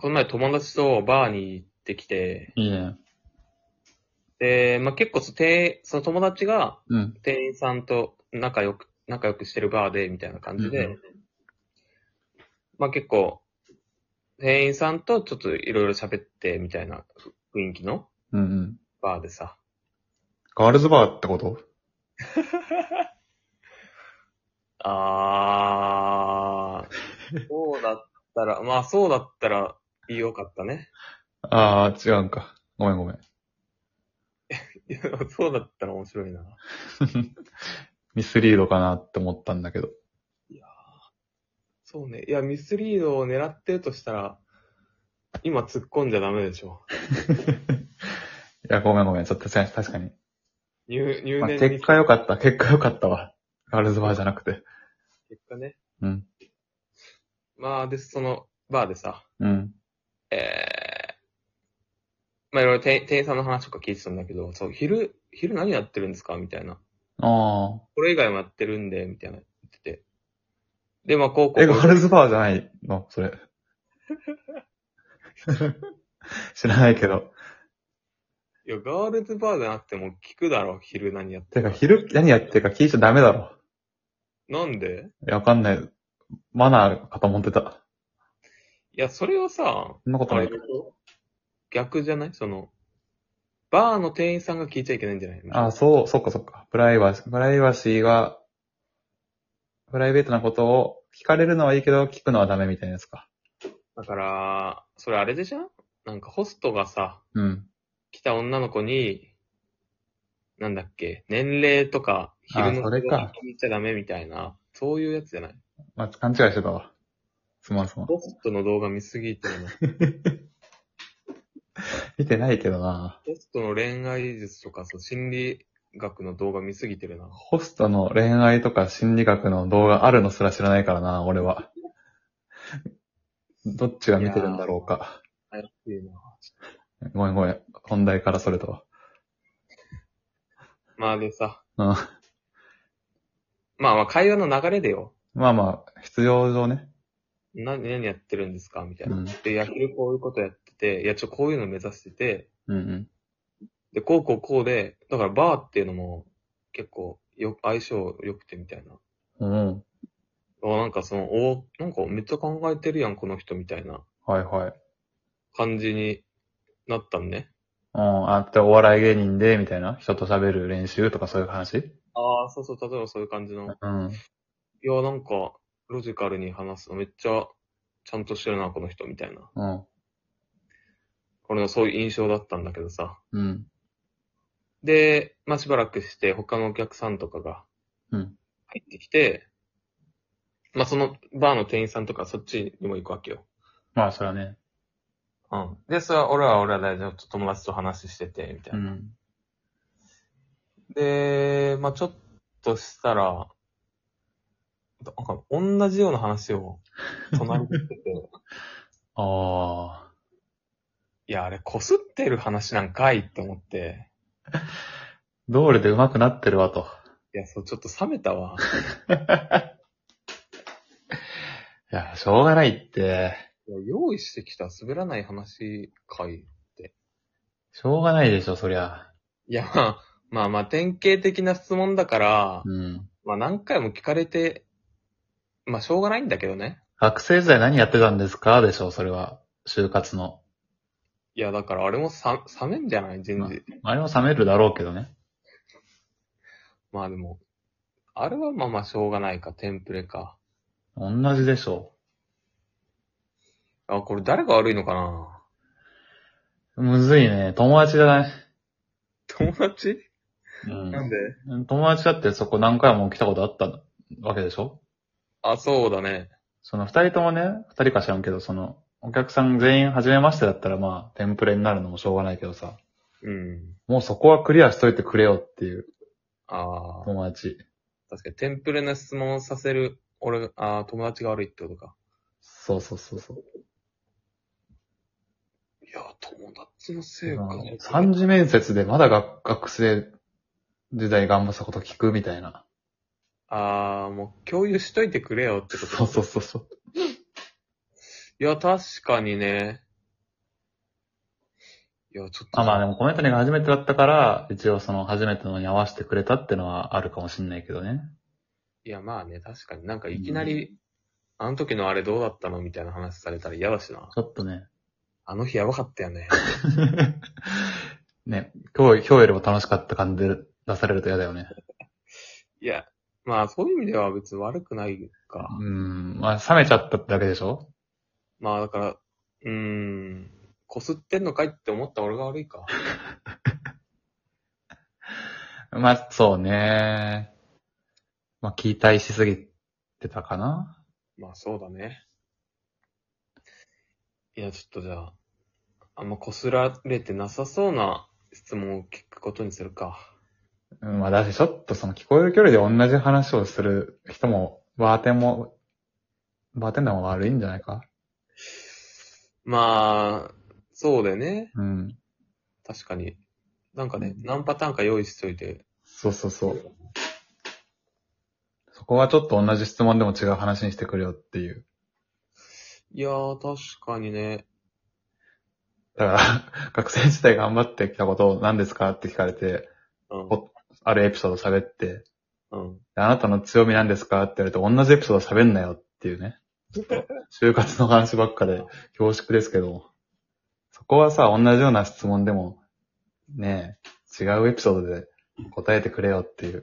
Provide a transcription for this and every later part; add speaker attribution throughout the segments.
Speaker 1: この前友達とバーに行ってきて、
Speaker 2: いいね。
Speaker 1: で、まあ、結構そ、てその友達が
Speaker 2: うん。
Speaker 1: 店員さんと仲良く、仲良くしてるバーで、みたいな感じで、
Speaker 2: うんう
Speaker 1: まあ、結構、店員さんとちょっといろいろ喋って、みたいな雰囲気の
Speaker 2: うんうん。
Speaker 1: バーでさ。
Speaker 2: ガールズバーってこと
Speaker 1: あー、そうだったら、まあ、そうだったら、よかったね。
Speaker 2: ああ、違うんか。ごめんごめ ん。
Speaker 1: いやそうだったら面白いな。
Speaker 2: ミスリードかなって思ったんだけど。
Speaker 1: そうね。いや、ミスリードを狙ってるとしたら、今突っ込んじゃダメでしょ。
Speaker 2: いや、ごめんごめん。ちょっと確かに、確かに。
Speaker 1: 入入
Speaker 2: まあ、
Speaker 1: 念に、
Speaker 2: 結果良かった。結果良かったわ。ガールズバーじゃなくて。
Speaker 1: 結果ね。
Speaker 2: うん。
Speaker 1: まあ、で、その、バーでさ、
Speaker 2: うん。
Speaker 1: ええまあ、いろいろ店店員さんの話とか聞いてたんだけど、そう、昼、昼何やってるんですかみたいな。
Speaker 2: ああ。
Speaker 1: これ以外もやってるんで、みたいな言ってて。で、まあ、高校
Speaker 2: え、ガールズバーじゃないのそれ。 知らないけど。
Speaker 1: いや、ガールズバーじゃなくても聞くだろ、昼何やって
Speaker 2: て
Speaker 1: る
Speaker 2: か、昼、何やってるか聞いちゃダメだろ。
Speaker 1: なんで
Speaker 2: いや、わかんない。マナーかと思ってた。
Speaker 1: いや、それはさ、
Speaker 2: そんなこと
Speaker 1: あ
Speaker 2: な
Speaker 1: れ
Speaker 2: い
Speaker 1: で。しょ逆じゃないその、バーの店員さんが聞いちゃいけないんじゃない
Speaker 2: あ、そう、そっかそっか。プライバシー、プライバシーが、プライベートなことを聞かれるのはいいけど、聞くのはダメみたいなやつか。
Speaker 1: だから、それあれでしょなんかホストがさ、
Speaker 2: うん。
Speaker 1: 来た女の子に、なんだっけ、年齢とか、
Speaker 2: あ
Speaker 1: 昼の
Speaker 2: それか
Speaker 1: 聞いちゃダメみたいな、そういうやつじゃない
Speaker 2: まあ、勘違いしてたわ。すまんすまん。
Speaker 1: ホストの動画見すぎてるの、
Speaker 2: 見てないけどな。
Speaker 1: ホストの恋愛術とか、そう心理学の動画見すぎてるな。
Speaker 2: ホストの恋愛とか心理学の動画あるのすら知らないからな、俺は。 どっちが見てるんだろうか。
Speaker 1: 怪しいな。
Speaker 2: ごめんごめん。本題からそれと
Speaker 1: まあでさ、
Speaker 2: は。うん。
Speaker 1: まあまあ会話の流れでよ。
Speaker 2: まあまあ、必要上ね。
Speaker 1: 何、何やってるんですかみたいな。
Speaker 2: うん
Speaker 1: で、野球こういうことやってて、いや、ちょ、こういうの目指してて、
Speaker 2: うんうん。
Speaker 1: で、こうこうこうで、だからバーっていうのも結構よ、相性良くてみたいな。
Speaker 2: うん。
Speaker 1: あなんかその、おなんかめっちゃ考えてるやん、この人みたいな
Speaker 2: はいはい。
Speaker 1: 感じになったんね。
Speaker 2: うん、あってお笑い芸人で、みたいな。人と喋る練習とかそういう話
Speaker 1: ああ、そうそう、例えばそういう感じの。
Speaker 2: うん。
Speaker 1: いや、なんか、ロジカルに話すのめっちゃ、ちゃんとしてるな、この人みたいな。
Speaker 2: うん。
Speaker 1: 俺のそういう印象だったんだけどさ。
Speaker 2: うん。
Speaker 1: で、まあ、しばらくして、他のお客さんとかが、
Speaker 2: うん。
Speaker 1: 入ってきて、まあ、そのバーの店員さんとかそっちにも行くわけよ。
Speaker 2: まあ、それはね。
Speaker 1: うん。で、それは俺は俺は大丈夫。ちょっと友達と話してて、みたいうな。
Speaker 2: ん。
Speaker 1: で、まあ、ちょっとしたら、なんか同じような話を隣にしてて、
Speaker 2: ああ。
Speaker 1: いや、あれ、こすってる話なんかいって思って、
Speaker 2: 道理で上手くなってるわと。
Speaker 1: いや、そう、ちょっと冷めたわ。
Speaker 2: いや、しょうがないって。
Speaker 1: いや用意してきた滑らない話かい。
Speaker 2: しょうがないでしょ、そりゃ。
Speaker 1: いや、まあ、まあまあ、典型的な質問だから、
Speaker 2: うん。
Speaker 1: まあ何回も聞かれて、まあしょうがないんだけどね。
Speaker 2: 学生時代何やってたんですかでしょ、それは。就活の。
Speaker 1: いや、だからあれもさ、冷めんじゃない全然。
Speaker 2: あれも冷めるだろうけどね。
Speaker 1: まあでも、あれはまあまあしょうがないか、テンプレか。
Speaker 2: 同じでしょ。
Speaker 1: あ、これ誰が悪いのかな
Speaker 2: むずいね。友達じゃない。
Speaker 1: 友達
Speaker 2: う
Speaker 1: で
Speaker 2: ん。友達だってそこ何回も来たことあったわけでしょ
Speaker 1: あ、そうだね。
Speaker 2: その二人ともね、二人か知らんけど、その、お客さん全員初めましてだったらまあ、テンプレになるのもしょうがないけどさ、
Speaker 1: うん。
Speaker 2: もうそこはクリアしといてくれよっていう
Speaker 1: ああ、
Speaker 2: 友達。
Speaker 1: 確かにテンプレな質問をさせる、俺が、ああ、友達が悪いってことか。
Speaker 2: そうそうそうそう。
Speaker 1: いや、友達のせいか。
Speaker 2: 三次面接でまだ学学生時代頑張ったこと聞くみたいな。
Speaker 1: ああ、もう共有しといてくれよってこと。
Speaker 2: そうそうそうそう。
Speaker 1: いや、確かにね。いや、ちょっと。
Speaker 2: まあまあでもコメントにが初めてだったから、一応その初めてのに合わせてくれたってのはあるかもしんないけどね。
Speaker 1: いや、まあね、確かになんかいきなり、あの時のあれどうだったのみたいな話されたら嫌だしな。
Speaker 2: ちょっとね。
Speaker 1: あの日やばかったよね。
Speaker 2: ね、今日、今日よりも楽しかった感じで出されると嫌だよね。
Speaker 1: いや、まあそういう意味では別に悪くないか。
Speaker 2: うん、まあ冷めちゃったってだけでしょ
Speaker 1: まあだから、うーん、こすってんのかいって思った俺が悪いか。
Speaker 2: まあそうね。まあ期待しすぎてたかな
Speaker 1: まあそうだね。いや、ちょっとじゃあ、あんまこすられてなさそうな質問を聞くことにするか。
Speaker 2: うん、まあだしちょっとその聞こえる距離で同じ話をする人も、バーテンも、バーテンダーも悪いんじゃないか
Speaker 1: まあ、そうだよね。
Speaker 2: うん。
Speaker 1: 確かに。なんかね、何パターンか用意しといて。
Speaker 2: そうそうそう。そこはちょっと同じ質問でも違う話にしてくれよっていう。
Speaker 1: いやー、確かにね。
Speaker 2: だから、 学生時代頑張ってきたことを何ですかって聞かれて、
Speaker 1: うん。
Speaker 2: おあるエピソード喋って、
Speaker 1: うん。
Speaker 2: あなたの強みなんですかって言われて同じエピソード喋んなよっていうね。ちょっと就活の話ばっかで恐縮ですけど、そこはさ、同じような質問でも、ねえ、違うエピソードで答えてくれよっていう。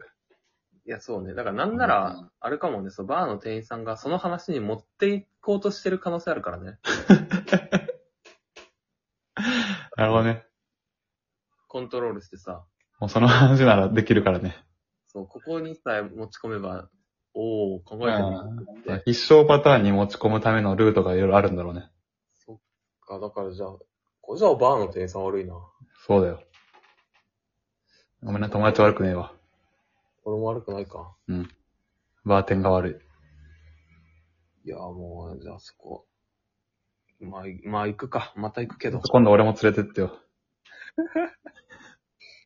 Speaker 1: いや、そうね。だからなんなら、あれかもね、そのバーの店員さんがその話に持っていこうとしてる可能性あるからね。
Speaker 2: なるほどね。
Speaker 1: コントロールしてさ、
Speaker 2: もうその話ならできるからね。
Speaker 1: そう、ここにさえ持ち込めば、おー、考えてるなってなって。
Speaker 2: 必勝パターンに持ち込むためのルートがいろいろあるんだろうね。
Speaker 1: そっか、だからじゃあ、これじゃあバーの店員さん悪いな。
Speaker 2: そうだよ。ごめんな、友達悪くねえわ。
Speaker 1: 俺も悪くないか。
Speaker 2: バーテンが悪
Speaker 1: いやー、もう、じゃあそこ。まあ、いまあ行くか。また行くけ
Speaker 2: い
Speaker 1: ど。。
Speaker 2: 今度俺も連れてってよ。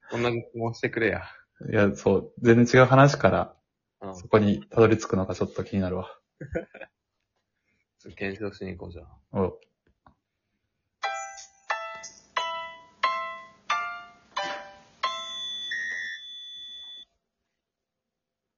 Speaker 1: こんなに質問してくれや。
Speaker 2: いや、そう、全然違う話から、
Speaker 1: うん。
Speaker 2: そこにたどり着くのがちょっと気になるわ。
Speaker 1: 検証しに行こうじゃあ。
Speaker 2: お